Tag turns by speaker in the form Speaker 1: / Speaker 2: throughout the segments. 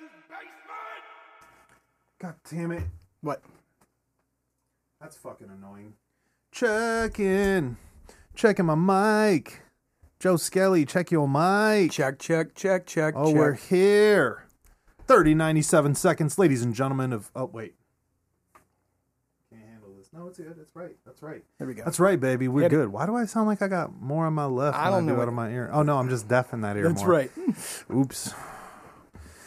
Speaker 1: basement!
Speaker 2: God damn it. What?
Speaker 3: That's fucking annoying.
Speaker 2: Checking. Checking my mic. Joe Skelly, check your mic.
Speaker 4: Check, check, check, check,
Speaker 2: oh,
Speaker 4: check.
Speaker 2: we're here. 30, 97 seconds, ladies and gentlemen of. Oh, wait.
Speaker 3: Can't handle this. No, it's good. That's right. That's right.
Speaker 4: there we go.
Speaker 2: That's right, baby. We're
Speaker 4: Yeah.
Speaker 2: good. Why do I sound like I got more on my left
Speaker 4: I
Speaker 2: than I,
Speaker 4: don't
Speaker 2: do
Speaker 4: know
Speaker 2: out of my ear? Oh, no, I'm just deaf in that ear
Speaker 4: That's
Speaker 2: more.
Speaker 4: right.
Speaker 2: Oops.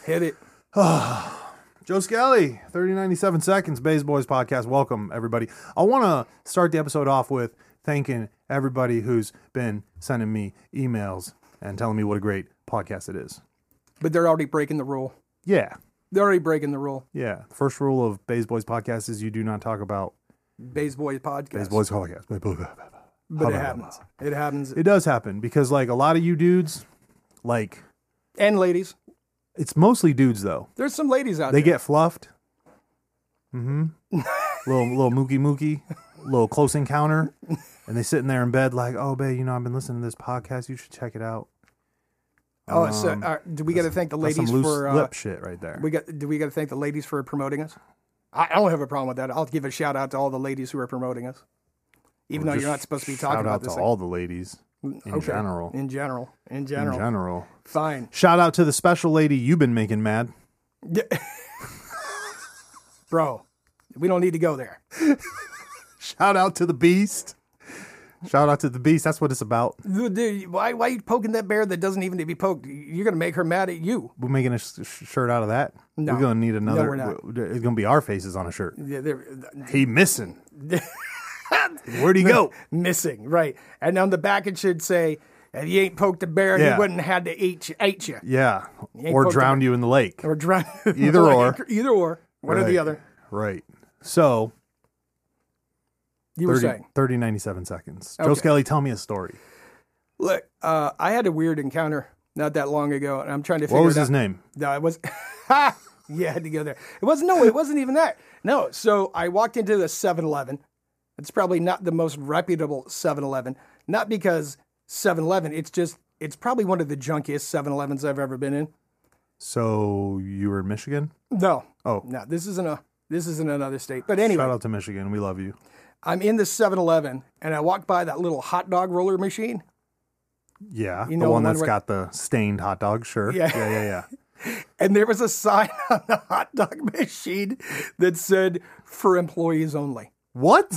Speaker 4: Hit it.
Speaker 2: Joe Skelly, 30, 97 seconds, Bays Boys Podcast. Welcome, everybody. I want to start the episode off with thanking everybody who's been sending me emails and telling me what a great podcast it is.
Speaker 4: But they're already breaking the rule.
Speaker 2: Yeah.
Speaker 4: They're already breaking the rule.
Speaker 2: Yeah. The first rule of Bays Boys Podcast is you do not talk about
Speaker 4: Bays Boys podcast.
Speaker 2: Bays Boys Podcast. Blah, blah, blah, blah, blah.
Speaker 4: But it
Speaker 2: Hubba.
Speaker 4: happens. It happens.
Speaker 2: It does happen because, like, a lot of you dudes, like,
Speaker 4: and ladies.
Speaker 2: it's mostly dudes, though.
Speaker 4: There's some ladies out
Speaker 2: They
Speaker 4: there.
Speaker 2: get fluffed. Mm-hmm. little little mookie mookie, little close encounter, and they sitting there in bed like, oh babe, you know I've been listening to this podcast. You should check it out.
Speaker 4: oh, so, uh, do we got to thank the
Speaker 2: That's
Speaker 4: ladies
Speaker 2: some loose
Speaker 4: for uh,
Speaker 2: lip shit right there.
Speaker 4: we got? Do we got to thank the ladies for promoting us? I, I don't have a problem with that. I'll give a shout out to all the ladies who are promoting us, even though
Speaker 2: Just
Speaker 4: you're not supposed to be
Speaker 2: shout
Speaker 4: talking about
Speaker 2: out
Speaker 4: this.
Speaker 2: to
Speaker 4: thing.
Speaker 2: all the ladies in
Speaker 4: Okay.
Speaker 2: general.
Speaker 4: In general. In
Speaker 2: In
Speaker 4: general.
Speaker 2: general,
Speaker 4: Fine.
Speaker 2: shout out to the special lady you've been making mad.
Speaker 4: Yeah. Bro, we don't need to go there.
Speaker 2: Shout out to the beast. Shout out to the beast. That's what it's about.
Speaker 4: Dude, dude, Why, why are you poking that bear that doesn't even need to be poked? You're going to make her mad at you.
Speaker 2: We're making a sh- sh- shirt out of that.
Speaker 4: No.
Speaker 2: We're gonna need
Speaker 4: No,
Speaker 2: another.
Speaker 4: we're not.
Speaker 2: we- It's gonna be our faces on a shirt.
Speaker 4: Yeah, they're-
Speaker 2: He missing. Where'd he go?
Speaker 4: Missing, right. And on the back, it should say, if you ain't poked a bear,
Speaker 2: Yeah.
Speaker 4: he wouldn't have had to eat you, ate you
Speaker 2: Yeah,
Speaker 4: ain't
Speaker 2: or
Speaker 4: poked
Speaker 2: drowned you in the lake.
Speaker 4: or drown.
Speaker 2: Either or.
Speaker 4: Either or. One or
Speaker 2: Right.
Speaker 4: the other.
Speaker 2: Right. So
Speaker 4: You were
Speaker 2: 30,
Speaker 4: saying.
Speaker 2: 30 97 seconds. Joe
Speaker 4: Okay.
Speaker 2: Skelly, tell me a story.
Speaker 4: Look, uh, I had a weird encounter not that long ago, and I'm trying to figure
Speaker 2: What was
Speaker 4: it out.
Speaker 2: his name?
Speaker 4: No, it was. you had to go there. It wasn't. No, it wasn't even that. No. So I walked into the 7-Eleven. It's probably not the most reputable 7-Eleven. Not because 7-Eleven. It's just. It's probably one of the junkiest 7-Elevens I've ever been in.
Speaker 2: So you were in Michigan?
Speaker 4: No.
Speaker 2: Oh.
Speaker 4: No. This isn't a. This isn't another state. But anyway,
Speaker 2: Shout out to Michigan. We love you.
Speaker 4: I'm in the 7-Eleven and I walk by that little hot dog roller machine.
Speaker 2: Yeah.
Speaker 4: know
Speaker 2: the
Speaker 4: the
Speaker 2: one
Speaker 4: one
Speaker 2: that's
Speaker 4: where-
Speaker 2: got the stained hot dog, sure.
Speaker 4: Yeah.
Speaker 2: Yeah, yeah, yeah.
Speaker 4: And there was a sign on the hot dog machine that said for employees only.
Speaker 2: What?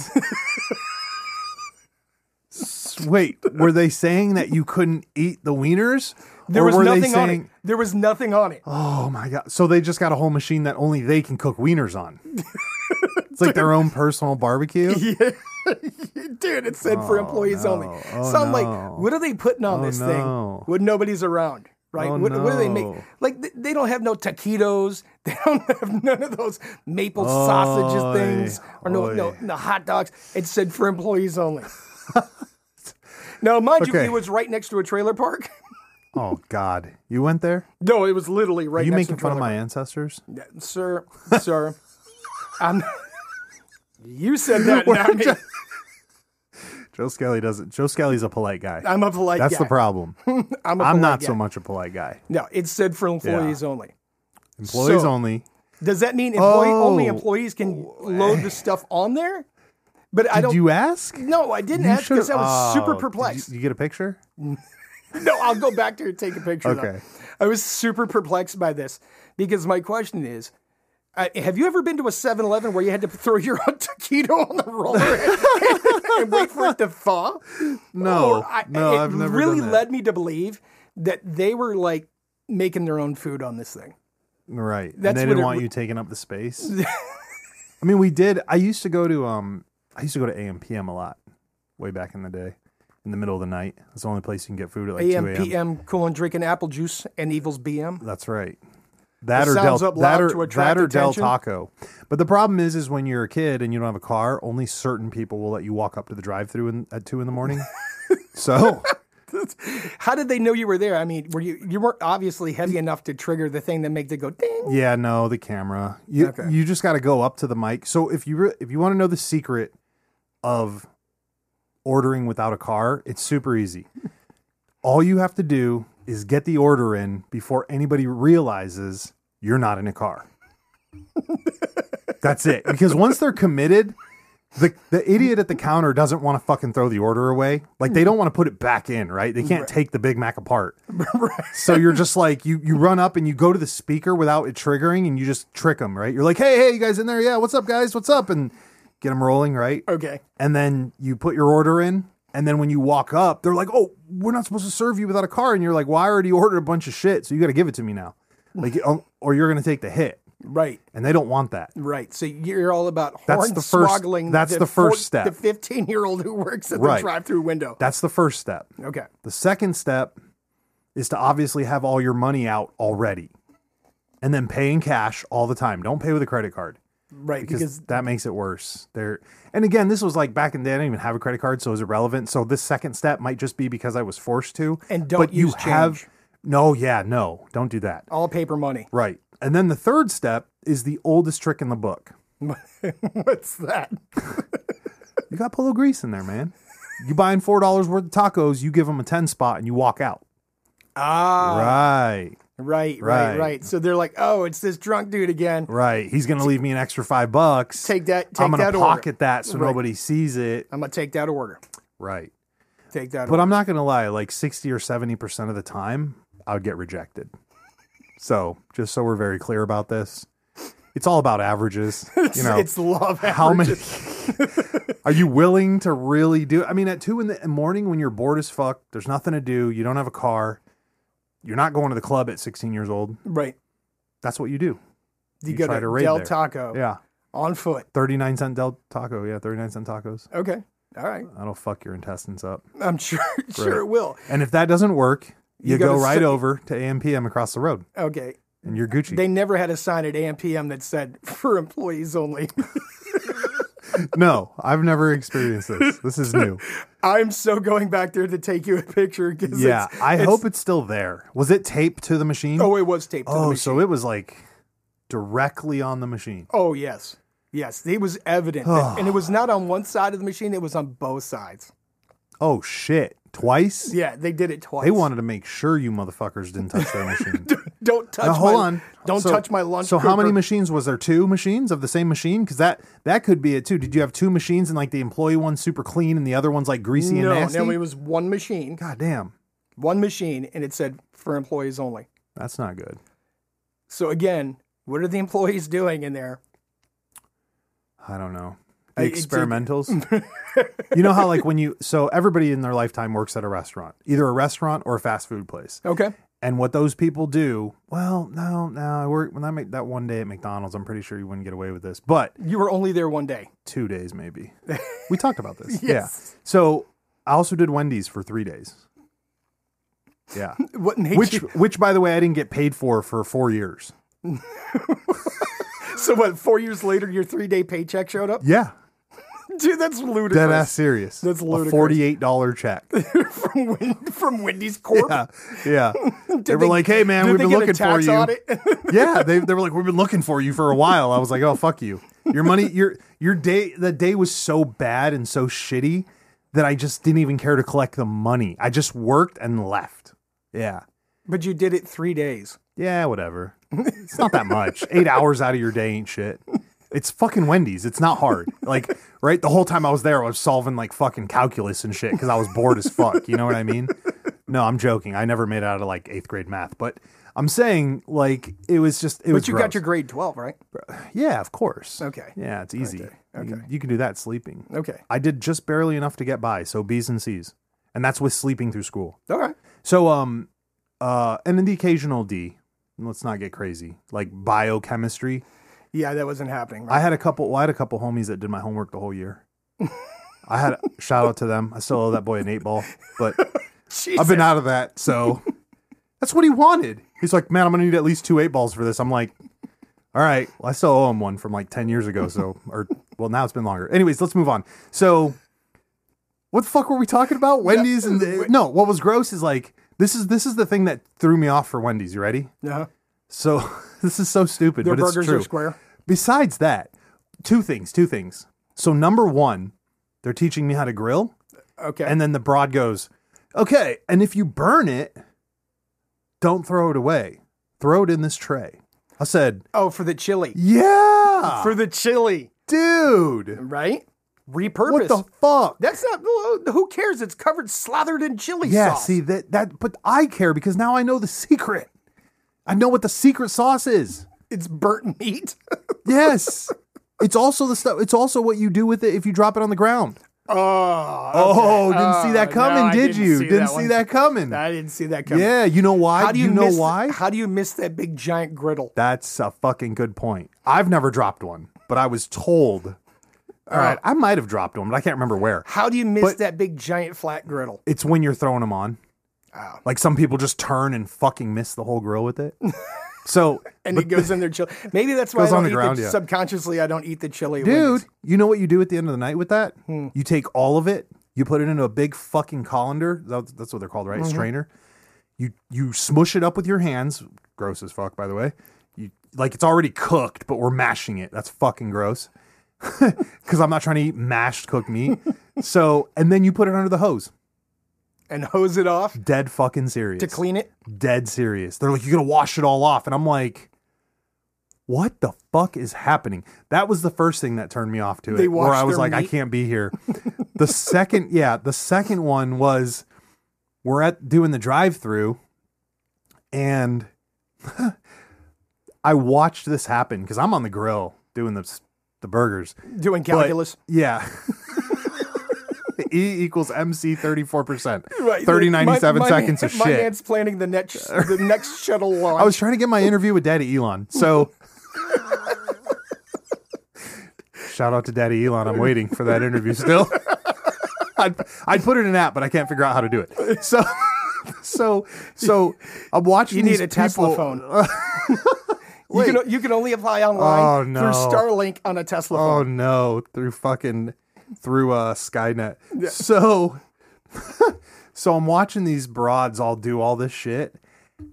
Speaker 2: S- Wait, were they saying that you couldn't eat the wieners?
Speaker 4: There
Speaker 2: Or
Speaker 4: was
Speaker 2: were
Speaker 4: nothing
Speaker 2: they
Speaker 4: on
Speaker 2: saying,
Speaker 4: it. There was nothing on it.
Speaker 2: Oh my god! So they just got a whole machine that only they can cook wieners on. it's like their own personal barbecue.
Speaker 4: Yeah. Dude, it said for employees only.
Speaker 2: no. Oh,
Speaker 4: so I'm
Speaker 2: no.
Speaker 4: like, what are they putting on
Speaker 2: Oh,
Speaker 4: this
Speaker 2: no.
Speaker 4: thing when nobody's around? Right?
Speaker 2: Oh,
Speaker 4: what, what do they
Speaker 2: no.
Speaker 4: make? Like, th- they don't have no taquitos. They don't have none of those maple sausages
Speaker 2: Oy,
Speaker 4: things or no, no,
Speaker 2: oy.
Speaker 4: no hot dogs. It said for employees only. now, mind you,
Speaker 2: Okay.
Speaker 4: it was right next to a trailer park.
Speaker 2: Oh God! You went there?
Speaker 4: no, it was literally right
Speaker 2: Are you
Speaker 4: next to
Speaker 2: making
Speaker 4: a
Speaker 2: fun
Speaker 4: trailer
Speaker 2: of my ancestors?
Speaker 4: park. Sir, sir. I'm. You said that, not me.
Speaker 2: Joe Skelly doesn't. Joe Skelly's a polite guy.
Speaker 4: I'm a polite
Speaker 2: That's the
Speaker 4: guy.
Speaker 2: problem.
Speaker 4: I'm, a
Speaker 2: I'm
Speaker 4: polite
Speaker 2: not
Speaker 4: guy.
Speaker 2: so much a polite guy.
Speaker 4: No, it said for employees only.
Speaker 2: Employees
Speaker 4: So-
Speaker 2: only.
Speaker 4: Does that mean employee only
Speaker 2: Oh.
Speaker 4: employees can load the stuff on there? But I
Speaker 2: Did
Speaker 4: don't.
Speaker 2: you ask?
Speaker 4: no, I didn't
Speaker 2: You
Speaker 4: ask because
Speaker 2: should've-
Speaker 4: I was
Speaker 2: Oh,
Speaker 4: super
Speaker 2: did you-
Speaker 4: perplexed.
Speaker 2: You, get a picture?
Speaker 4: no, I'll go back there and take a picture.
Speaker 2: Okay.
Speaker 4: Okay. I was super perplexed by this because my question is. Uh, have you ever been to a 7-Eleven where you had to throw your own taquito on the roller and, wait for it to thaw?
Speaker 2: No,
Speaker 4: Or I-
Speaker 2: no,
Speaker 4: it
Speaker 2: I've never
Speaker 4: really
Speaker 2: done that.
Speaker 4: led me to believe that they were like making their own food on this thing.
Speaker 2: Right. and
Speaker 4: That's
Speaker 2: they
Speaker 4: what
Speaker 2: didn't
Speaker 4: it
Speaker 2: want
Speaker 4: re-
Speaker 2: you taking up the space. I mean, we did. I used to go to um, I used to go to AM PM a lot, way back in the day, in the middle of the night. That's the only place you can get food at like two
Speaker 4: AM,
Speaker 2: a.m.
Speaker 4: PM, cool and drinking apple juice and Evil's BM.
Speaker 2: That's right. That or
Speaker 4: sounds
Speaker 2: Del,
Speaker 4: up
Speaker 2: that
Speaker 4: loud
Speaker 2: or,
Speaker 4: to attract
Speaker 2: that or Del
Speaker 4: attention.
Speaker 2: Taco. But the problem is, is when you're a kid and you don't have a car, only certain people will let you walk up to the drive-through in, at two in the morning. so
Speaker 4: How did they know you were there? I mean, were you you weren't obviously heavy enough to trigger the thing that make it go ding?
Speaker 2: yeah, no, the camera. You
Speaker 4: Okay.
Speaker 2: you just got to go up to the mic. So if you re- if you want to know the secret of ordering without a car, it's super easy. All you have to do is get the order in before anybody realizes you're not in a car. That's it. Because once they're committed, the the idiot at the counter doesn't want to fucking throw the order away. Like they don't want to put it back in, right? They can't take the Big Mac apart. So you're just like you you run up and you go to the speaker without it triggering, and you just trick them, right? You're like, hey, hey, you guys in there? Yeah, what's up, guys? What's up? And get them rolling, right?
Speaker 4: Okay.
Speaker 2: and then you put your order in and then when you walk up they're like oh we're not supposed to serve you without a car and you're like well i already ordered a bunch of shit so you got to give it to me now like um, or you're going to take the hit
Speaker 4: Right.
Speaker 2: and they don't want that
Speaker 4: Right. So you're all about
Speaker 2: That's the first-
Speaker 4: hornswoggling
Speaker 2: that's the first step.
Speaker 4: The 15 year old who works at
Speaker 2: Right.
Speaker 4: the drive through window.
Speaker 2: that's the first step
Speaker 4: Okay.
Speaker 2: the second step is to obviously have all your money out already and then pay in cash all the time don't pay with a credit card
Speaker 4: Right.
Speaker 2: because,
Speaker 4: Because,
Speaker 2: that makes it worse. There and again, this was like back in the day. I didn't even have a credit card, so it was irrelevant. So this second step might just be because I was forced to.
Speaker 4: And don't
Speaker 2: but you
Speaker 4: use
Speaker 2: have
Speaker 4: change.
Speaker 2: no, yeah, no, don't do that.
Speaker 4: all paper money.
Speaker 2: Right, and then the third step is the oldest trick in the book.
Speaker 4: What's that?
Speaker 2: You got polo grease in there, man. You buying four dollars worth of tacos, you give them a ten spot, and you walk out.
Speaker 4: Ah.
Speaker 2: right,
Speaker 4: Right. Right.
Speaker 2: Right.
Speaker 4: Right. So they're like, oh, it's this drunk dude again.
Speaker 2: right. He's gonna leave me an extra five bucks.
Speaker 4: Take that. Take
Speaker 2: I'm gonna
Speaker 4: that
Speaker 2: pocket
Speaker 4: order.
Speaker 2: that so
Speaker 4: Right.
Speaker 2: nobody sees it.
Speaker 4: I'm gonna take that order.
Speaker 2: Right.
Speaker 4: Take that.
Speaker 2: But I'm not gonna lie, like 60 or 70 percent of the time, I would get rejected. So just so we're very clear about this, it's all about averages. You know,
Speaker 4: it's love.
Speaker 2: how many
Speaker 4: averages.
Speaker 2: are you willing to really do? I mean, at two in the morning when you're bored as fuck, there's nothing to do, you don't have a car, you're not going to the club at 16 years old.
Speaker 4: Right.
Speaker 2: That's what you do.
Speaker 4: You,
Speaker 2: You
Speaker 4: go
Speaker 2: try
Speaker 4: to,
Speaker 2: to raid
Speaker 4: Del
Speaker 2: there.
Speaker 4: Taco
Speaker 2: Yeah.
Speaker 4: on foot.
Speaker 2: 39 cent Del Taco. Yeah, 39 cent tacos.
Speaker 4: Okay. All right.
Speaker 2: That'll fuck your intestines up.
Speaker 4: I'm sure.
Speaker 2: Right.
Speaker 4: Sure it will.
Speaker 2: And if that doesn't work, you,
Speaker 4: You
Speaker 2: go
Speaker 4: gotta
Speaker 2: right
Speaker 4: sit-
Speaker 2: over to AMPM across the road
Speaker 4: Okay.
Speaker 2: and you're Gucci.
Speaker 4: They never had a sign at AMPM that said for employees only.
Speaker 2: No, I've never experienced this. This is new.
Speaker 4: I'm so going back there to take you a picture. 'cause
Speaker 2: yeah,
Speaker 4: it's-
Speaker 2: I
Speaker 4: it's-
Speaker 2: hope it's still there. Was it taped to the machine?
Speaker 4: Oh, it was taped. To
Speaker 2: Oh,
Speaker 4: the machine.
Speaker 2: so it was like directly on the machine.
Speaker 4: Oh, yes, yes. It was evident, that- and it was not on one side of the machine. It was on both sides.
Speaker 2: Oh shit! Twice?
Speaker 4: Yeah, they did it twice.
Speaker 2: They wanted to make sure you motherfuckers didn't touch their machine.
Speaker 4: Don't touch.
Speaker 2: now hold
Speaker 4: my,
Speaker 2: on.
Speaker 4: Don't
Speaker 2: So-
Speaker 4: touch my lunch.
Speaker 2: So how many
Speaker 4: cooker.
Speaker 2: machines was there? Two machines of the same machine? Because that that could be it too. Did you have two machines and like the employee one's super clean and the other one's like greasy
Speaker 4: No,
Speaker 2: and nasty?
Speaker 4: no, it was one machine.
Speaker 2: God damn,
Speaker 4: One machine, and it said for employees only.
Speaker 2: that's not good.
Speaker 4: So again, what are the employees doing in there?
Speaker 2: I don't know. The
Speaker 4: I- it's a-
Speaker 2: experimentals. you know how like when you so everybody in their lifetime works at a restaurant, either a restaurant or a fast food place.
Speaker 4: Okay.
Speaker 2: And what those people do, well, no, no, I work when I make that one day at McDonald's, I'm pretty sure you wouldn't get away with this. But
Speaker 4: You were only there one day.
Speaker 2: two days maybe. We talked about this.
Speaker 4: Yes.
Speaker 2: Yeah. So I also did Wendy's for three days. Yeah.
Speaker 4: What made
Speaker 2: Which
Speaker 4: you?
Speaker 2: which by the way I didn't get paid for for four years.
Speaker 4: So what? Four years later, your three day paycheck showed up.
Speaker 2: Yeah.
Speaker 4: Dude, that's ludicrous.
Speaker 2: Dead ass serious.
Speaker 4: That's
Speaker 2: a
Speaker 4: ludicrous.
Speaker 2: forty eight dollar check.
Speaker 4: from Win- from Wendy's Corp.
Speaker 2: Yeah. Yeah. they were
Speaker 4: they-
Speaker 2: like, hey man,
Speaker 4: Did
Speaker 2: we've
Speaker 4: they
Speaker 2: been
Speaker 4: get
Speaker 2: looking
Speaker 4: a tax
Speaker 2: for you.
Speaker 4: audit?
Speaker 2: yeah, they, they were like, we've been looking for you for a while. I was like, oh fuck you. Your money, your your day, the day was so bad and so shitty that I just didn't even care to collect the money. I just worked and left. Yeah,
Speaker 4: but you did it three days.
Speaker 2: yeah, whatever. It's not that much. Eight hours out of your day ain't shit. It's fucking Wendy's. It's not hard. Like, right? The whole time I was there, I was solving like fucking calculus and shit because I was bored as fuck. You know what I mean? No, I'm joking. I never made it out of like eighth grade math, but I'm saying like it was just it was.
Speaker 4: But you
Speaker 2: gross.
Speaker 4: got your grade twelve, right?
Speaker 2: Yeah, of course.
Speaker 4: Okay.
Speaker 2: Yeah, it's easy. You,
Speaker 4: Okay.
Speaker 2: you can do that sleeping.
Speaker 4: Okay.
Speaker 2: I did just barely enough to get by, so B's and C's. And that's with sleeping through school.
Speaker 4: All right.
Speaker 2: So um uh and then the occasional D. Let's not get crazy. Like biochemistry.
Speaker 4: Yeah, that wasn't happening.
Speaker 2: I
Speaker 4: Right?
Speaker 2: had a couple well, I had a couple homies that did my homework the whole year. I had shout out to them. I still owe that boy an eight ball, but I've been out of that, so that's what he wanted. He's like, man, I'm gonna need at least two eight balls for this. I'm like, all right, well, I still owe him one from like ten years ago, so or well, now it's been longer. Anyways, let's move on. So, what the fuck were we talking about? Wendy's and the, no, what was gross is like this is this is the thing that threw me off for Wendy's. You ready?
Speaker 4: Uh-huh.
Speaker 2: So this is so stupid,
Speaker 4: Their
Speaker 2: but it's
Speaker 4: burgers
Speaker 2: true.
Speaker 4: are square.
Speaker 2: Besides that, two things, two things. So number one, they're teaching me how to grill.
Speaker 4: Okay.
Speaker 2: And then the broad goes, okay. And if you burn it, don't throw it away. Throw it in this tray. I said,
Speaker 4: Oh, for the chili.
Speaker 2: yeah,
Speaker 4: For the chili,
Speaker 2: dude.
Speaker 4: right? Repurpose.
Speaker 2: What the fuck?
Speaker 4: That's not. oh, Who cares? It's covered, slathered in chili
Speaker 2: yeah,
Speaker 4: sauce.
Speaker 2: see that that but I care because now I know the secret. I know what the secret sauce is.
Speaker 4: it's burnt meat.
Speaker 2: Yes. it's also the stuff it's also what you do with it if you drop it on the ground.
Speaker 4: oh,
Speaker 2: Oh, didn't see that
Speaker 4: Oh,
Speaker 2: coming,
Speaker 4: no, I
Speaker 2: did
Speaker 4: didn't
Speaker 2: you?
Speaker 4: see
Speaker 2: didn't
Speaker 4: that
Speaker 2: see
Speaker 4: one.
Speaker 2: that coming.
Speaker 4: I didn't see that coming.
Speaker 2: yeah, you know why?
Speaker 4: How do you,
Speaker 2: know
Speaker 4: miss,
Speaker 2: why?
Speaker 4: How do you miss that big giant griddle?
Speaker 2: That's a fucking good point. I've never dropped one, but I was told. All right, I might have dropped one, but I can't remember where.
Speaker 4: How do you miss
Speaker 2: But-
Speaker 4: that big giant flat griddle?
Speaker 2: It's when you're throwing them on. Like some people just turn and fucking miss the whole grill with it. So,
Speaker 4: And it goes in their chili. Maybe that's why I
Speaker 2: Goes
Speaker 4: don't
Speaker 2: on the
Speaker 4: eat
Speaker 2: ground,
Speaker 4: the,
Speaker 2: yeah.
Speaker 4: subconsciously I don't eat the chili. when
Speaker 2: dude,
Speaker 4: it's-
Speaker 2: you know what you do at the end of the night with that?
Speaker 4: Hmm.
Speaker 2: You take all of it, you put it into a big fucking colander. That- That's what they're called, right?
Speaker 4: Mm-hmm.
Speaker 2: Strainer. You you smush it up with your hands. Gross as fuck, by the way. You like it's already cooked, but we're mashing it. That's fucking gross. Because I'm not trying to eat mashed cooked meat. so, and then you put it under the hose.
Speaker 4: and hose it off
Speaker 2: Dead fucking serious.
Speaker 4: to clean it.
Speaker 2: dead serious. They're like, you're gonna wash it all off. And I'm like, what the fuck is happening? That was the first thing that turned me off to
Speaker 4: They
Speaker 2: it. Where
Speaker 4: wash
Speaker 2: I was
Speaker 4: their
Speaker 2: like, I
Speaker 4: meat?
Speaker 2: can't be here. the second, yeah, the second one was we're at doing the drive through and I watched this happen because I'm on the grill doing the the burgers.
Speaker 4: Doing calculus.
Speaker 2: Yeah. E equals MC 34%.
Speaker 4: Right.
Speaker 2: 30,
Speaker 4: My-
Speaker 2: 97
Speaker 4: my
Speaker 2: seconds
Speaker 4: man-
Speaker 2: of
Speaker 4: My
Speaker 2: shit.
Speaker 4: man's planning the next the next shuttle launch.
Speaker 2: I was trying to get my interview with Daddy Elon. So shout out to Daddy Elon. I'm waiting for that interview still. I'd, I'd put it in an app, but I can't figure out how to do it. So, so, so I'm watching
Speaker 4: you
Speaker 2: these
Speaker 4: need a Tesla
Speaker 2: people-
Speaker 4: phone. you, can, you can only apply online
Speaker 2: Oh, no.
Speaker 4: through Starlink on a Tesla phone.
Speaker 2: Oh no, through fucking through uh Skynet. So so I'm watching these broads all do all this shit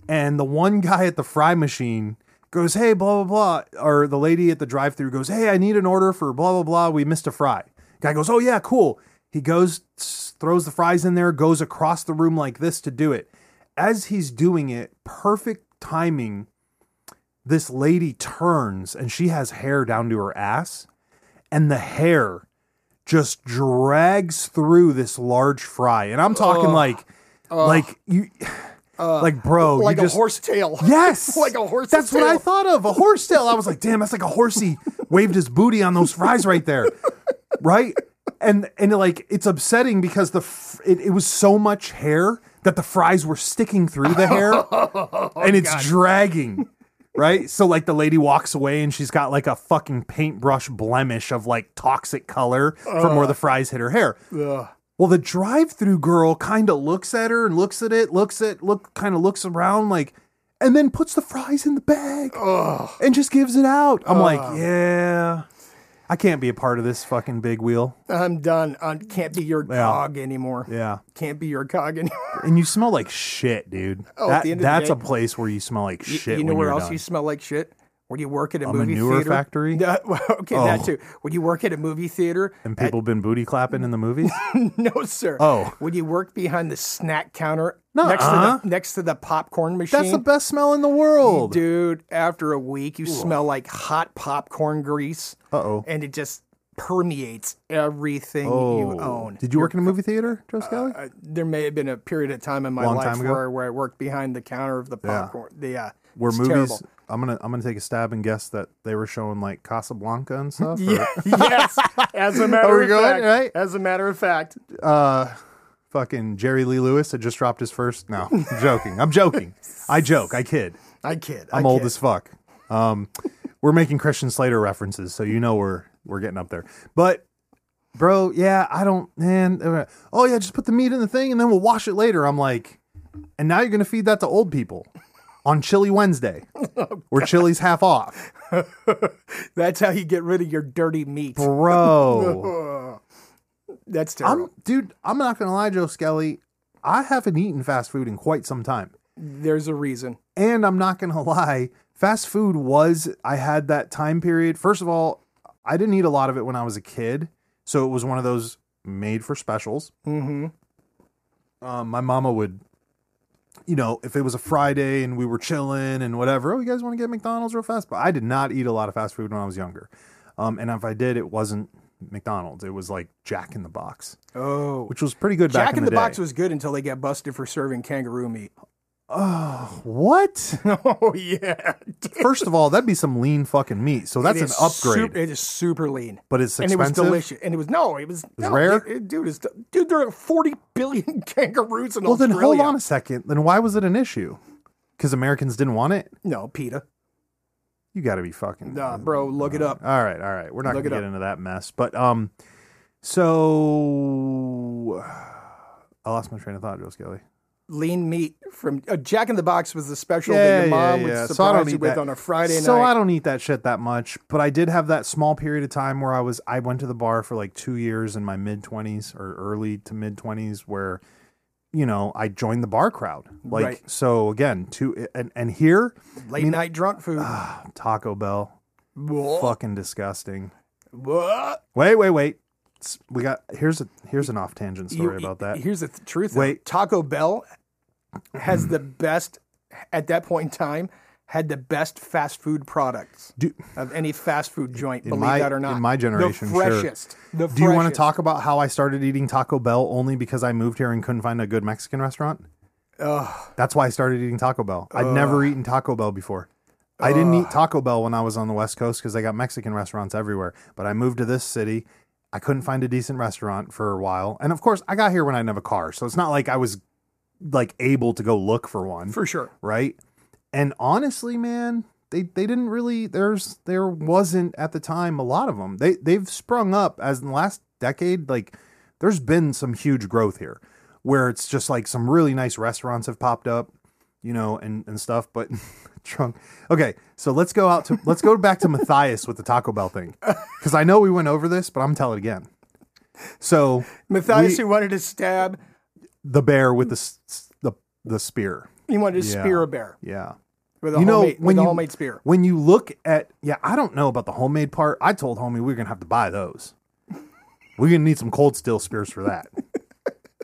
Speaker 2: and the one guy at the fry machine goes, "Hey, blah blah blah," or the lady at the drive-through goes, "Hey, I need an order for blah blah blah. We missed a fry." Guy goes, "Oh yeah, cool." He goes, s- throws the fries in there, goes across the room like this to do it. As he's doing it, perfect timing. This lady turns and she has hair down to her ass, and the hair just drags through this large fry. And I'm talking like, like you, like bro,
Speaker 4: like
Speaker 2: you
Speaker 4: a
Speaker 2: just,
Speaker 4: horse tail.
Speaker 2: Yes.
Speaker 4: Like a horse's
Speaker 2: That's what I
Speaker 4: tail.
Speaker 2: thought of. A horse tail. I was like, damn, that's like a horsey waved his booty on those fries right there. Right? And and like it's upsetting because the f- it, it was so much hair that the fries were sticking through the hair
Speaker 4: Oh,
Speaker 2: and it's dragging. Right? So like the lady walks away and she's got like a fucking paintbrush blemish of like toxic color from where the fries hit her hair. Well, the drive-through girl kind of looks at her and looks at it, looks at look, kind of looks around like, and then puts the fries in the bag and just gives it out. I'm like, yeah, I can't be a part of this fucking big wheel.
Speaker 4: I'm done. I can't be your cog anymore.
Speaker 2: Yeah,
Speaker 4: Can't be your cog anymore.
Speaker 2: and you smell like shit, dude.
Speaker 4: Oh, at
Speaker 2: that,
Speaker 4: the end of the
Speaker 2: that's
Speaker 4: day-
Speaker 2: a place where you smell like shit.
Speaker 4: you know
Speaker 2: when
Speaker 4: where
Speaker 2: you're
Speaker 4: else
Speaker 2: done.
Speaker 4: you smell like shit? Where do you work at a, movie
Speaker 2: manure
Speaker 4: theater?
Speaker 2: factory? Oh.
Speaker 4: No, well, okay, that too. When you work at a movie theater?
Speaker 2: and people been booty clapping in the movies.
Speaker 4: no, sir.
Speaker 2: Oh.
Speaker 4: When you work behind the snack counter
Speaker 2: Nuh-uh.
Speaker 4: next to the next to the popcorn machine?
Speaker 2: that's the best smell in the world.
Speaker 4: Dude, after a week, you smell like hot popcorn grease.
Speaker 2: Uh-oh.
Speaker 4: And it just permeates everything
Speaker 2: Oh.
Speaker 4: you own.
Speaker 2: Did you work in a movie theater,
Speaker 4: Uh,
Speaker 2: Joe Skelly?
Speaker 4: I- there may have been a period of time in my
Speaker 2: Long
Speaker 4: life
Speaker 2: time ago?
Speaker 4: where, where I worked behind the counter of the popcorn. The uh,
Speaker 2: were
Speaker 4: it's
Speaker 2: movies
Speaker 4: terrible.
Speaker 2: I'm gonna I'm gonna take a stab and guess that they were showing like Casablanca and stuff. or-
Speaker 4: Yeah, yes, as a matter
Speaker 2: Are we
Speaker 4: of
Speaker 2: good,
Speaker 4: fact,
Speaker 2: right?
Speaker 4: As a matter of fact,
Speaker 2: uh fucking Jerry Lee Lewis had just dropped his first no, I'm joking. I'm joking. I joke, I kid.
Speaker 4: I kid.
Speaker 2: I'm
Speaker 4: I
Speaker 2: old
Speaker 4: kid.
Speaker 2: as fuck. Um we're making Christian Slater references, so you know we're we're getting up there. But bro, yeah, I don't man uh, oh yeah, just put the meat in the thing and then we'll wash it later. I'm like and now you're gonna feed that to old people on Chili Wednesday.
Speaker 4: Oh,
Speaker 2: where chili's half off.
Speaker 4: That's how you get rid of your dirty meat.
Speaker 2: Bro.
Speaker 4: That's terrible.
Speaker 2: I'm dude, I'm not gonna lie, Joe Skelly. I haven't eaten fast food in quite some time.
Speaker 4: There's a reason.
Speaker 2: And I'm not gonna lie, fast food was I had that time period. First of all, I didn't eat a lot of it when I was a kid. So it was one of those made for specials.
Speaker 4: Mm-hmm.
Speaker 2: Um, my mama would you know, if it was a Friday and we were chilling and whatever, oh, you guys want to get McDonald's real fast? But I did not eat a lot of fast food when I was younger. Um, and if I did, it wasn't McDonald's. It was like Jack in the Box,
Speaker 4: Oh,
Speaker 2: which was pretty good back
Speaker 4: Jack
Speaker 2: in,
Speaker 4: in the,
Speaker 2: day.
Speaker 4: Box was good until they got busted for serving kangaroo meat.
Speaker 2: Oh, what?
Speaker 4: oh yeah,
Speaker 2: First of all, that'd be some lean fucking meat. So that's
Speaker 4: It
Speaker 2: an
Speaker 4: is
Speaker 2: upgrade,
Speaker 4: sup- it is super lean.
Speaker 2: but it's
Speaker 4: And it was
Speaker 2: expensive.
Speaker 4: delicious. And it was no, it was, no,
Speaker 2: rare?
Speaker 4: it- it- dude, it's, dude, there are forty billion kangaroos in
Speaker 2: Well, then
Speaker 4: Australia.
Speaker 2: hold on a second. Then why was it an issue? Because Americans didn't want it.
Speaker 4: No, PETA.
Speaker 2: You got to be fucking.
Speaker 4: Nah, bro, look it up.
Speaker 2: All right, all right. We're not
Speaker 4: Look
Speaker 2: going to
Speaker 4: it
Speaker 2: get into that mess. But um, so I lost my train of thought, Joe Skelly.
Speaker 4: Lean meat from uh, Jack in the Box was the special that your mom would surprise
Speaker 2: So I don't
Speaker 4: you
Speaker 2: eat
Speaker 4: with
Speaker 2: that.
Speaker 4: on a Friday
Speaker 2: So I
Speaker 4: night.
Speaker 2: don't eat that shit that much. But I did have that small period of time where I was I went to the bar for like two years in my mid twenties or early to mid twenties where you know I joined the bar crowd. Like
Speaker 4: Right.
Speaker 2: so again, two and and here
Speaker 4: Late night drunk food.
Speaker 2: ah, Taco Bell,
Speaker 4: Whoa,
Speaker 2: fucking disgusting.
Speaker 4: whoa.
Speaker 2: Wait, wait, wait. S- We got here's a here's an off tangent
Speaker 4: You- e,
Speaker 2: story about that.
Speaker 4: Here's the th- truth. though.
Speaker 2: Wait. Hmm.
Speaker 4: Taco Bell has the best at that point in time had the best fast food products
Speaker 2: Do-
Speaker 4: of any fast food joint. believe
Speaker 2: my-
Speaker 4: that or not,
Speaker 2: in my generation,
Speaker 4: the
Speaker 2: sure.
Speaker 4: freshest. The
Speaker 2: Do you want to
Speaker 4: freshest.
Speaker 2: talk about how I started eating Taco Bell only because I moved here and couldn't find a good Mexican restaurant? That's why I started eating Taco Bell. I'd never eaten Taco Bell before. I didn't eat Taco Bell when I was on the West Coast because they got Mexican restaurants everywhere. But I moved to this city. I couldn't find a decent restaurant for a while. And of course, I got here when I didn't have a car. So it's not like I was like able to go look for one
Speaker 4: for sure?
Speaker 2: right? And honestly, man, they they didn't really there's there wasn't at the time a lot of them. They they've sprung up as in the last decade like there's been some huge growth here where it's just like some really nice restaurants have popped up, you know, and and stuff, but drunk. Okay, so let's go out to let's go back to Matthias with the Taco Bell thing. Cuz I know we went over this, but I'm telling it again. So
Speaker 4: Matthias, who wanted to stab,
Speaker 2: the bear with the s- the the spear.
Speaker 4: he wanted to
Speaker 2: Yeah.
Speaker 4: spear a bear
Speaker 2: Yeah.
Speaker 4: with a
Speaker 2: You know,
Speaker 4: homemade,
Speaker 2: when
Speaker 4: with a
Speaker 2: you-
Speaker 4: homemade spear.
Speaker 2: When you look at, yeah, I don't know about the homemade part. I told homie we are gonna have to buy those. We're gonna need some cold steel spears for that.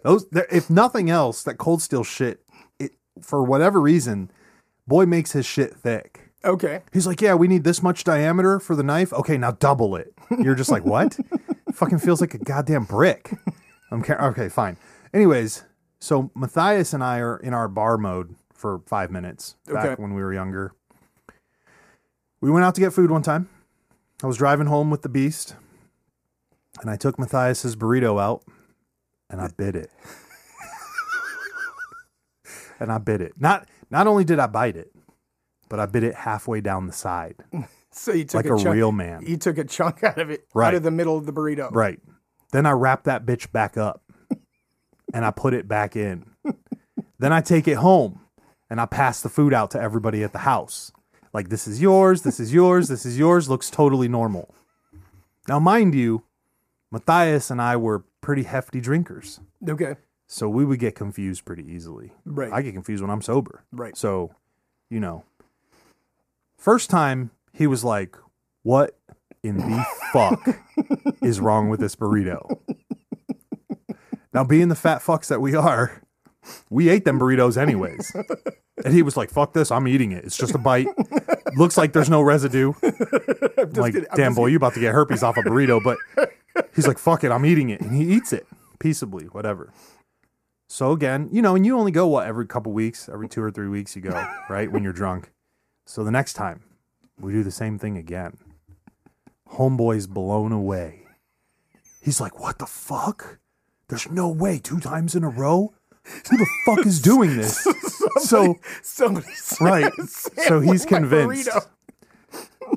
Speaker 2: those, there- if nothing else, that cold steel shit, it for whatever reason, boy makes his shit thick.
Speaker 4: Okay,
Speaker 2: He's like, yeah, we need this much diameter for the knife. Okay, now double it. You're just like, what? Fucking feels like a goddamn brick. I'm ca- okay, fine. Anyways, so Matthias and I are in our bar mode for five minutes back
Speaker 4: Okay.
Speaker 2: when we were younger. We went out to get food one time. I was driving home with the beast, and I took Matthias's burrito out, and I bit it. and I bit it. Not not only did I bite it, but I bit it halfway down the side,
Speaker 4: so you took
Speaker 2: like a,
Speaker 4: chunk,
Speaker 2: real man.
Speaker 4: You took a chunk out of it,
Speaker 2: Right.
Speaker 4: out of the middle of the burrito.
Speaker 2: Right. Then I wrap that bitch back up, and I put it back in. then I take it home, and I pass the food out to everybody at the house. Like this is yours, this is yours, this is yours. Looks totally normal. Now, mind you, Matthias and I were pretty hefty drinkers.
Speaker 4: Okay,
Speaker 2: So we would get confused pretty easily.
Speaker 4: Right.
Speaker 2: I get confused when I'm sober.
Speaker 4: Right.
Speaker 2: So, you know. First time he was like, What in the fuck is wrong with this burrito? now, being the fat fucks that we are, we ate them burritos anyways. and he was like, Fuck this, I'm eating it. It's just a bite. Looks like there's no residue. I'm like, damn boy, you about to get herpes off a burrito, but he's like, fuck it, I'm eating it. And he eats it peaceably, whatever. So again, you know, and you only go what every couple weeks, every two or three weeks you go, right? When you're drunk. So the next time we do the same thing again. Homeboy's blown away. He's like, what the fuck? There's no way two times in a row? Who the fuck is doing this? so
Speaker 4: somebody
Speaker 2: Right. So he's convinced.
Speaker 4: burrito.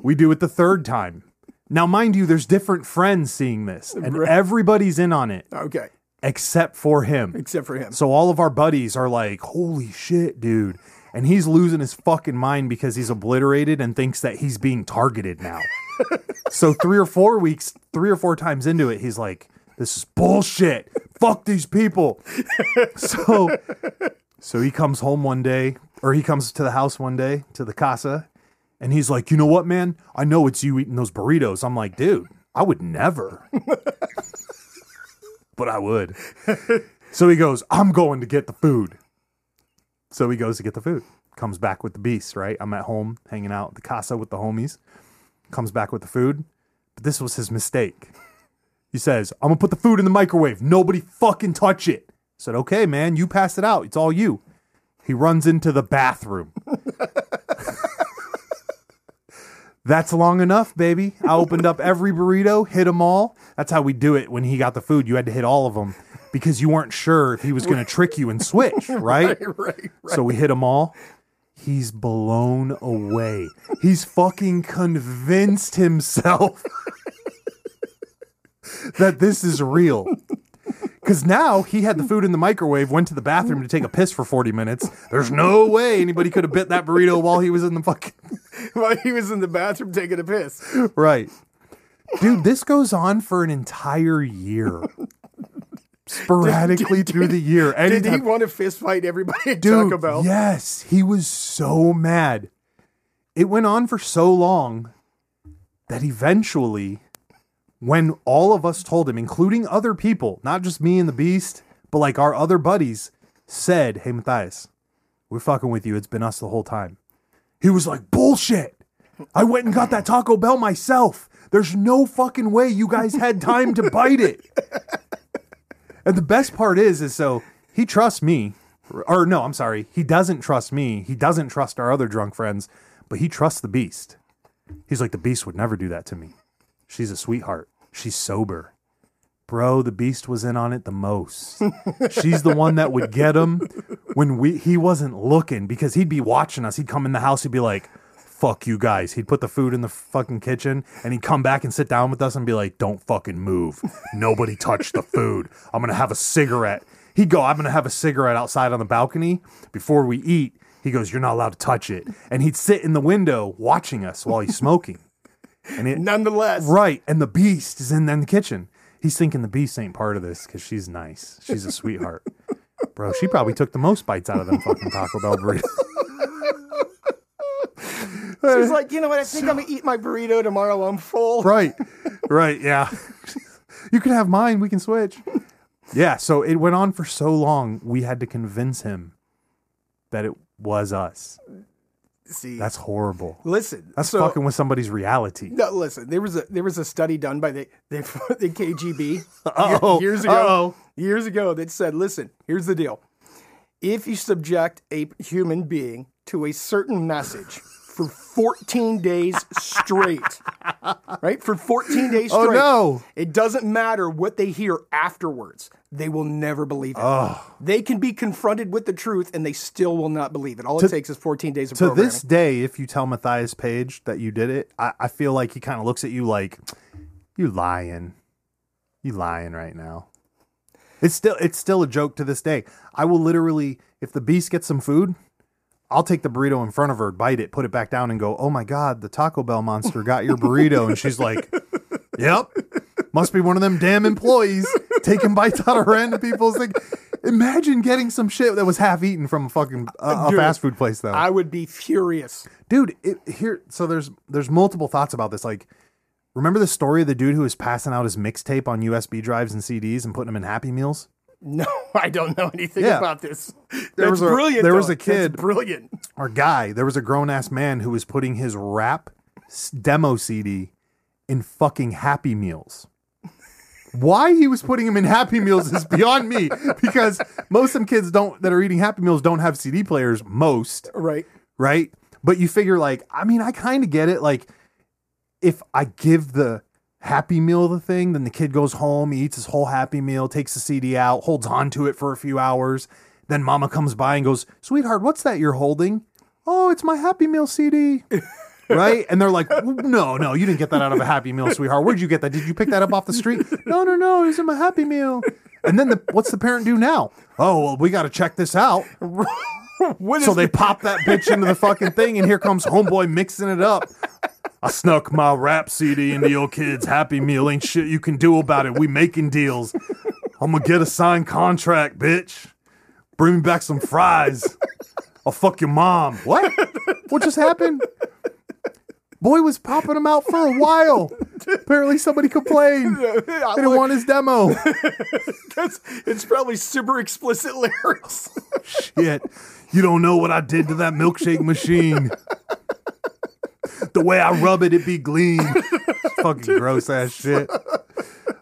Speaker 2: We do it the third time. Now, mind you, there's different friends seeing this, and everybody's in on it
Speaker 4: Okay,
Speaker 2: except for him.
Speaker 4: except for him.
Speaker 2: So all of our buddies are like, holy shit, dude. And he's losing his fucking mind because he's obliterated and thinks that he's being targeted now. so three or four weeks, three or four times into it, he's like, this is bullshit. Fuck these people. so so he comes home one day, or he comes to the house one day, to the casa, and he's like, you know what, man? I know it's you eating those burritos. I'm like, dude, I would never. but I would. So he goes, I'm going to get the food. So he goes to get the food, comes back with the beast, right? I'm at home hanging out at the casa with the homies, comes back with the food. But this was his mistake. He says, I'm gonna put the food in the microwave. Nobody fucking touch it. I said, okay, man, you passed it out. It's all you. He runs into the bathroom. That's long enough, baby. I opened up every burrito, hit them all. That's how we do it when he got the food. You had to hit all of them because you weren't sure if he was going to trick you and switch, right?
Speaker 4: right,
Speaker 2: So we hit them all. He's blown away. He's fucking convinced himself that this is real. Because now he had the food in the microwave, went to the bathroom to take a piss for 40 minutes. There's no way anybody could have bit that burrito while he was in the fucking.
Speaker 4: While he was in the bathroom taking a piss.
Speaker 2: Right. Dude, this goes on for an entire year. Sporadically through the year.
Speaker 4: Did he
Speaker 2: Anytime-
Speaker 4: want to fist fight everybody at
Speaker 2: Dude,
Speaker 4: Taco Bell?
Speaker 2: yes, he was so mad. It went on for so long that eventually, when all of us told him, including other people, not just me and the Beast, but like our other buddies, said, Hey, Matthias, we're fucking with you. It's been us the whole time. He was like, Bullshit. I went and got that Taco Bell myself. There's no fucking way you guys had time to bite it. And the best part is, is so he trusts me, or no, I'm sorry, he doesn't trust me. He doesn't trust our other drunk friends, but he trusts the beast. He's like, the beast would never do that to me. She's a sweetheart. She's sober. Bro, the beast was in on it the most. She's the one that would get him when we he wasn't looking because he'd be watching us. He'd come in the house, he'd be like, fuck you guys. He'd put the food in the fucking kitchen and he'd come back and sit down with us and be like, don't fucking move. Nobody touch the food. I'm gonna have a cigarette. He'd go, I'm gonna have a cigarette outside on the balcony before we eat. He goes, You're not allowed to touch it. And he'd sit in the window watching us while he's smoking. And it
Speaker 4: Nonetheless,
Speaker 2: Right. And the beast is in, in the kitchen. He's thinking the beast ain't part of this because she's nice. She's a sweetheart. Bro, she probably took the most bites out of them fucking Taco Bell burrito.
Speaker 4: he's like, you know what? I think I'm gonna eat my burrito tomorrow. I'm full.
Speaker 2: right. Right. Yeah. you can have mine. We can switch. Yeah. So it went on for so long. We had to convince him that it was us.
Speaker 4: See,
Speaker 2: That's horrible.
Speaker 4: listen,
Speaker 2: That's
Speaker 4: so-
Speaker 2: fucking with somebody's reality.
Speaker 4: No, listen. There was a there was a study done by the the, the KGB
Speaker 2: Uh-oh,
Speaker 4: years ago.
Speaker 2: uh-oh.
Speaker 4: Years ago, that said, listen. Here's the deal. If you subject a human being to a certain message for 14 days straight, right? For 14 days
Speaker 2: Oh,
Speaker 4: straight.
Speaker 2: no.
Speaker 4: It doesn't matter what they hear afterwards. They will never believe it. They can be confronted with the truth and they still will not believe it. All it takes is 14 days of
Speaker 2: To
Speaker 4: programming.
Speaker 2: this day, if you tell Matthias Page that you did it, I, I feel like he kind of looks at you like, "You lying, you lying right now." It's still it's still a joke to this day. I will literally, if the beast gets some food, I'll take the burrito in front of her, bite it, put it back down, and go, "Oh my god, the Taco Bell monster got your burrito," and she's like, "Yep, must be one of them damn employees taking bites out of random people's." Like, imagine getting some shit that was half eaten from a fucking uh, a
Speaker 4: Dude,
Speaker 2: fast food place though
Speaker 4: I would be furious.
Speaker 2: dude it, here so there's there's multiple thoughts about this like remember the story of the dude who was passing out his mixtape on usb drives and cds and putting them in happy meals
Speaker 4: No, I don't know anything
Speaker 2: Yeah.
Speaker 4: about this. That's
Speaker 2: was a-
Speaker 4: brilliant.
Speaker 2: there
Speaker 4: though.
Speaker 2: was a
Speaker 4: That's
Speaker 2: kid-
Speaker 4: brilliant.
Speaker 2: our guy there was a grown-ass man who was putting his rap s- demo cd in fucking happy meals why he was putting him in happy meals is beyond me because most of them kids don't that are eating happy meals don't have cd players most
Speaker 4: Right.
Speaker 2: right? But you figure like, I mean, I kind of get it. Like, if I give the happy meal the thing, then the kid goes home, he eats his whole happy meal, takes the CD out, holds on to it for a few hours. Then mama comes by and goes, Sweetheart, what's that you're holding? Oh, it's my happy meal CD. Right? And they're like, No, no, you didn't get that out of a happy meal, sweetheart. Where'd you get that? Did you pick that up off the street? No, no, no, it was in my happy meal. And then the, what's the parent do now? Oh, well, we got to check this out.
Speaker 4: What is
Speaker 2: So they pop that bitch into the fucking thing, and here comes homeboy mixing it up. I snuck my rap CD into your kid's Happy Meal. Ain't shit you can do about it. We making deals. I'm gonna get a signed contract, bitch. Bring me back some fries. I'll fuck your mom. What? What just happened? Boy was popping them out for a while. Apparently somebody complained. They didn't want his demo.
Speaker 4: that's, it's probably super explicit lyrics.
Speaker 2: Shit. You don't know what I did to that milkshake machine. the way I rub it, it be gleam. Fucking gross ass shit.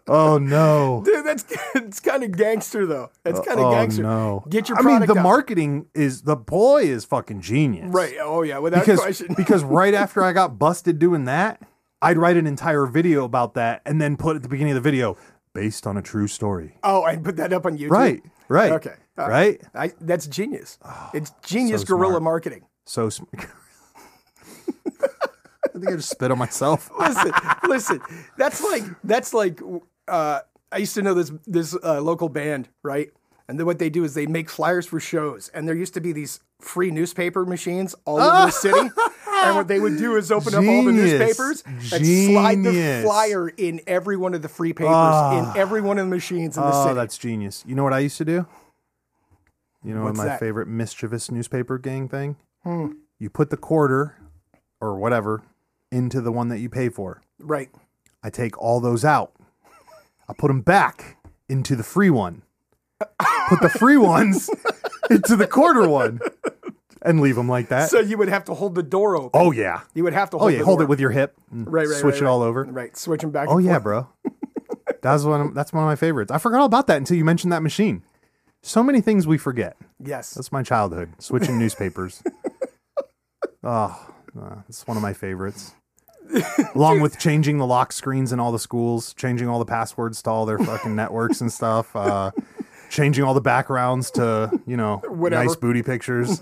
Speaker 2: Oh no.
Speaker 4: Dude, that's it's kind of gangster though. That's kind of
Speaker 2: Oh
Speaker 4: gangster.
Speaker 2: no.
Speaker 4: Get your
Speaker 2: I mean,
Speaker 4: product
Speaker 2: the
Speaker 4: out.
Speaker 2: marketing is the ploy is fucking genius.
Speaker 4: Right. Oh yeah, without
Speaker 2: because
Speaker 4: question.
Speaker 2: because right after I got busted doing that, I'd write an entire video about that and then put at the beginning of the video based on a true story.
Speaker 4: Oh, I put that up on YouTube.
Speaker 2: Right, right,
Speaker 4: Okay. Uh,
Speaker 2: right.
Speaker 4: I, that's genius. It's genius
Speaker 2: so
Speaker 4: guerrilla
Speaker 2: smart.
Speaker 4: marketing.
Speaker 2: So sm- I think I just spit on myself.
Speaker 4: listen, listen. That's like that's like uh, I used to know this this uh, local band, right? And then what they do is they make flyers for shows, and there used to be these free newspaper machines all over the city. And what they would do is open up all the
Speaker 2: Genius.
Speaker 4: newspapers and slide the
Speaker 2: Genius. Ah.
Speaker 4: flyer in every one of the free papers in every one of the machines in the
Speaker 2: Oh,
Speaker 4: city.
Speaker 2: that's genius. You know what I used to do? You know
Speaker 4: What's
Speaker 2: my
Speaker 4: that? Hmm.
Speaker 2: favorite mischievous newspaper gang thing? You put the quarter or whatever into the one that you pay for.
Speaker 4: Right.
Speaker 2: I take all those out. I put them back into the free one. Put the free ones into the quarter one and leave them like that.
Speaker 4: So you would have to hold the door open.
Speaker 2: oh yeah.
Speaker 4: You would have to
Speaker 2: Oh
Speaker 4: hold.
Speaker 2: yeah,
Speaker 4: the
Speaker 2: hold
Speaker 4: door.
Speaker 2: it with your hip. and
Speaker 4: Right, right,
Speaker 2: Switch
Speaker 4: right,
Speaker 2: it
Speaker 4: right.
Speaker 2: all over.
Speaker 4: Right. Switch them back.
Speaker 2: Oh
Speaker 4: and
Speaker 2: yeah,
Speaker 4: forth.
Speaker 2: bro. That's one of, that's one of my favorites. I forgot all about that until you mentioned that machine. So many things we forget.
Speaker 4: Yes.
Speaker 2: That's my childhood, switching newspapers. oh, uh, it's one of my favorites. Along with changing the lock screens in all the schools, changing all the passwords to all their fucking networks and stuff, uh, changing all the backgrounds to, you know,
Speaker 4: Whatever.
Speaker 2: nice booty pictures.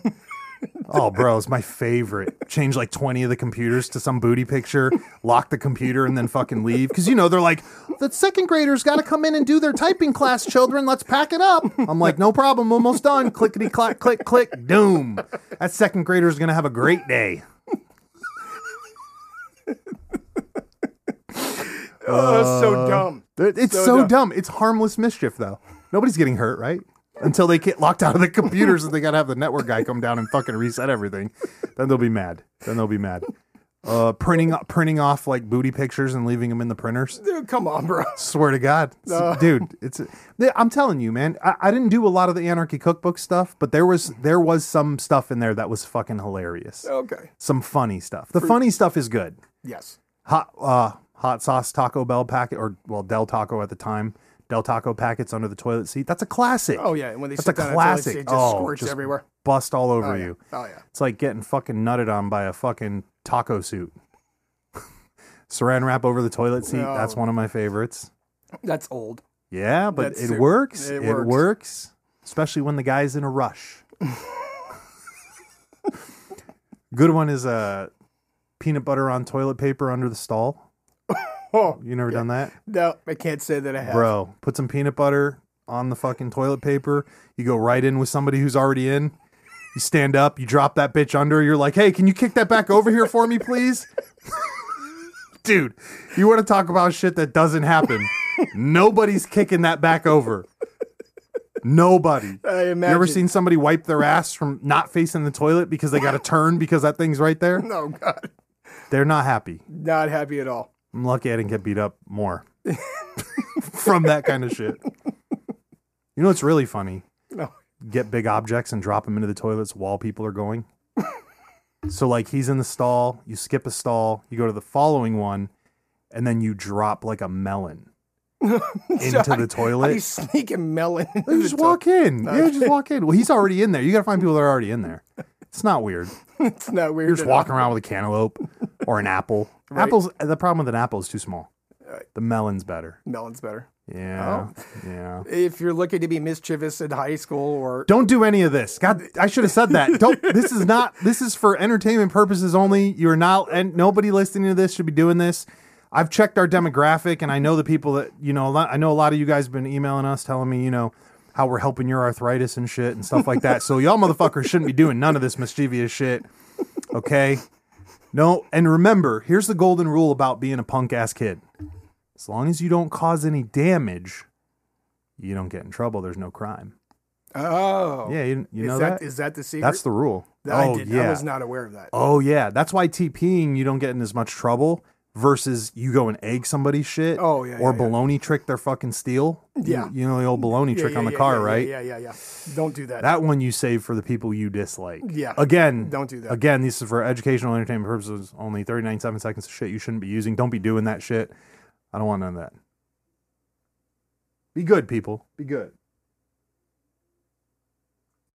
Speaker 2: oh, bro, it's my favorite. Change like 20 of the computers to some booty picture, lock the computer, and then fucking leave. Cause, you know, they're like, the second graders got to come in and do their typing class, children. Let's pack it up. I'm like, no problem. Almost done. Clickety clack, click, click, doom. That second grader's going to have a great day.
Speaker 4: Oh, that's
Speaker 2: uh,
Speaker 4: so dumb.
Speaker 2: It- It's so, dumb. It's harmless mischief, though. Nobody's getting hurt, right? Until they get locked out of the computers and they got to have the network guy come down and fucking reset everything. Then they'll be mad. Then they'll be mad. Uh, printing printing off like booty pictures and leaving them in the printers.
Speaker 4: Dude, come on, bro.
Speaker 2: Swear to God, It's- dude, it's. I'm telling you, man. I, I didn't do a lot of the Anarchy Cookbook stuff, but there was there was some stuff in there that was fucking hilarious.
Speaker 4: Okay.
Speaker 2: Some funny stuff. The funny stuff is good
Speaker 4: Yes.
Speaker 2: hot uh, hot sauce Taco Bell packet or well Del Taco at the time. Del Taco packets under the toilet seat. That's a classic.
Speaker 4: Oh yeah, and when they
Speaker 2: that's
Speaker 4: sit
Speaker 2: a
Speaker 4: down,
Speaker 2: classic.
Speaker 4: It's, it just
Speaker 2: oh,
Speaker 4: squirts
Speaker 2: just
Speaker 4: everywhere.
Speaker 2: Bust all over
Speaker 4: yeah.
Speaker 2: you.
Speaker 4: Oh yeah.
Speaker 2: It's like getting fucking nutted on by a fucking taco suit. Saran wrap over the toilet seat.
Speaker 4: No.
Speaker 2: That's one of my favorites.
Speaker 4: That's old.
Speaker 2: Yeah, but
Speaker 4: That's
Speaker 2: it
Speaker 4: su-
Speaker 2: works.
Speaker 4: it
Speaker 2: It,
Speaker 4: works.
Speaker 2: works. especially when the guy's in a rush. Good one is uh, peanut butter on toilet paper under the stall.
Speaker 4: Oh
Speaker 2: You never done that?
Speaker 4: no, I can't say that I have.
Speaker 2: Bro, put some peanut butter on the fucking toilet paper. You go right in with somebody who's already in. You stand up, you drop that bitch under. You're like, hey, can you kick that back over here for me, please? Dude, you want to talk about shit that doesn't happen? Nobody's kicking that back over. Nobody.
Speaker 4: I
Speaker 2: You ever
Speaker 4: imagine.
Speaker 2: seen somebody wipe their ass from not facing the toilet because they got to turn because that thing's right there?
Speaker 4: Oh god,
Speaker 2: They're not happy.
Speaker 4: not happy at all.
Speaker 2: I'm lucky I didn't get beat up more from that kind of shit. You know what's really funny?
Speaker 4: No.
Speaker 2: Get big objects and drop them into the toilets while people are going. so like he's in the stall, you skip a stall, you go to the following one, and then you drop like a melon into the
Speaker 4: How
Speaker 2: toilet.
Speaker 4: do you sneak a melon? into
Speaker 2: You
Speaker 4: the
Speaker 2: just
Speaker 4: to-
Speaker 2: walk in. Yeah, just walk in. Well, he's already in there. You got to find people that are already in there. It's not weird.
Speaker 4: It's not weird.
Speaker 2: You're just
Speaker 4: at all.
Speaker 2: walking around with a cantaloupe or an apple. Apples. The problem with an apple is too small. The melon's better.
Speaker 4: Melon's better.
Speaker 2: Yeah. Yeah.
Speaker 4: If you're looking to be mischievous in high school or
Speaker 2: Don't do any of this. God, I should have said that. Don't. This is not. This is for entertainment purposes only. You're not, and nobody listening to this should be doing this. I've checked our demographic, and I know the people that you know. a lot- I know a lot of you guys have been emailing us, telling me you know how we're helping your arthritis and shit and stuff like that. So y'all motherfuckers shouldn't be doing none of this mischievous shit. Okay. No, and remember, here's the golden rule about being a punk ass kid. As long as you don't cause any damage, you don't get in trouble. There's no crime.
Speaker 4: oh
Speaker 2: Yeah, you, you
Speaker 4: is
Speaker 2: know that?
Speaker 4: that is that the secret?
Speaker 2: That's the rule.
Speaker 4: That I
Speaker 2: oh
Speaker 4: did.
Speaker 2: yeah.
Speaker 4: I was not aware of that.
Speaker 2: Oh yeah. That's why TPing you don't get in as much trouble. versus you go and egg somebody's shit.
Speaker 4: Oh, yeah,
Speaker 2: Or
Speaker 4: yeah, yeah.
Speaker 2: baloney trick their fucking steel.
Speaker 4: Yeah.
Speaker 2: You, you know the old baloney
Speaker 4: Yeah,
Speaker 2: trick
Speaker 4: yeah,
Speaker 2: on the
Speaker 4: yeah,
Speaker 2: car,
Speaker 4: yeah, yeah,
Speaker 2: right?
Speaker 4: Yeah, yeah, yeah. Don't do that.
Speaker 2: That one you save for the people you dislike.
Speaker 4: Yeah.
Speaker 2: Again,
Speaker 4: Don't do that.
Speaker 2: Again, this is for educational entertainment purposes only. 39 seven seconds of shit you shouldn't be using. Don't be doing that shit. I don't want none of that. Be good, people. Be good.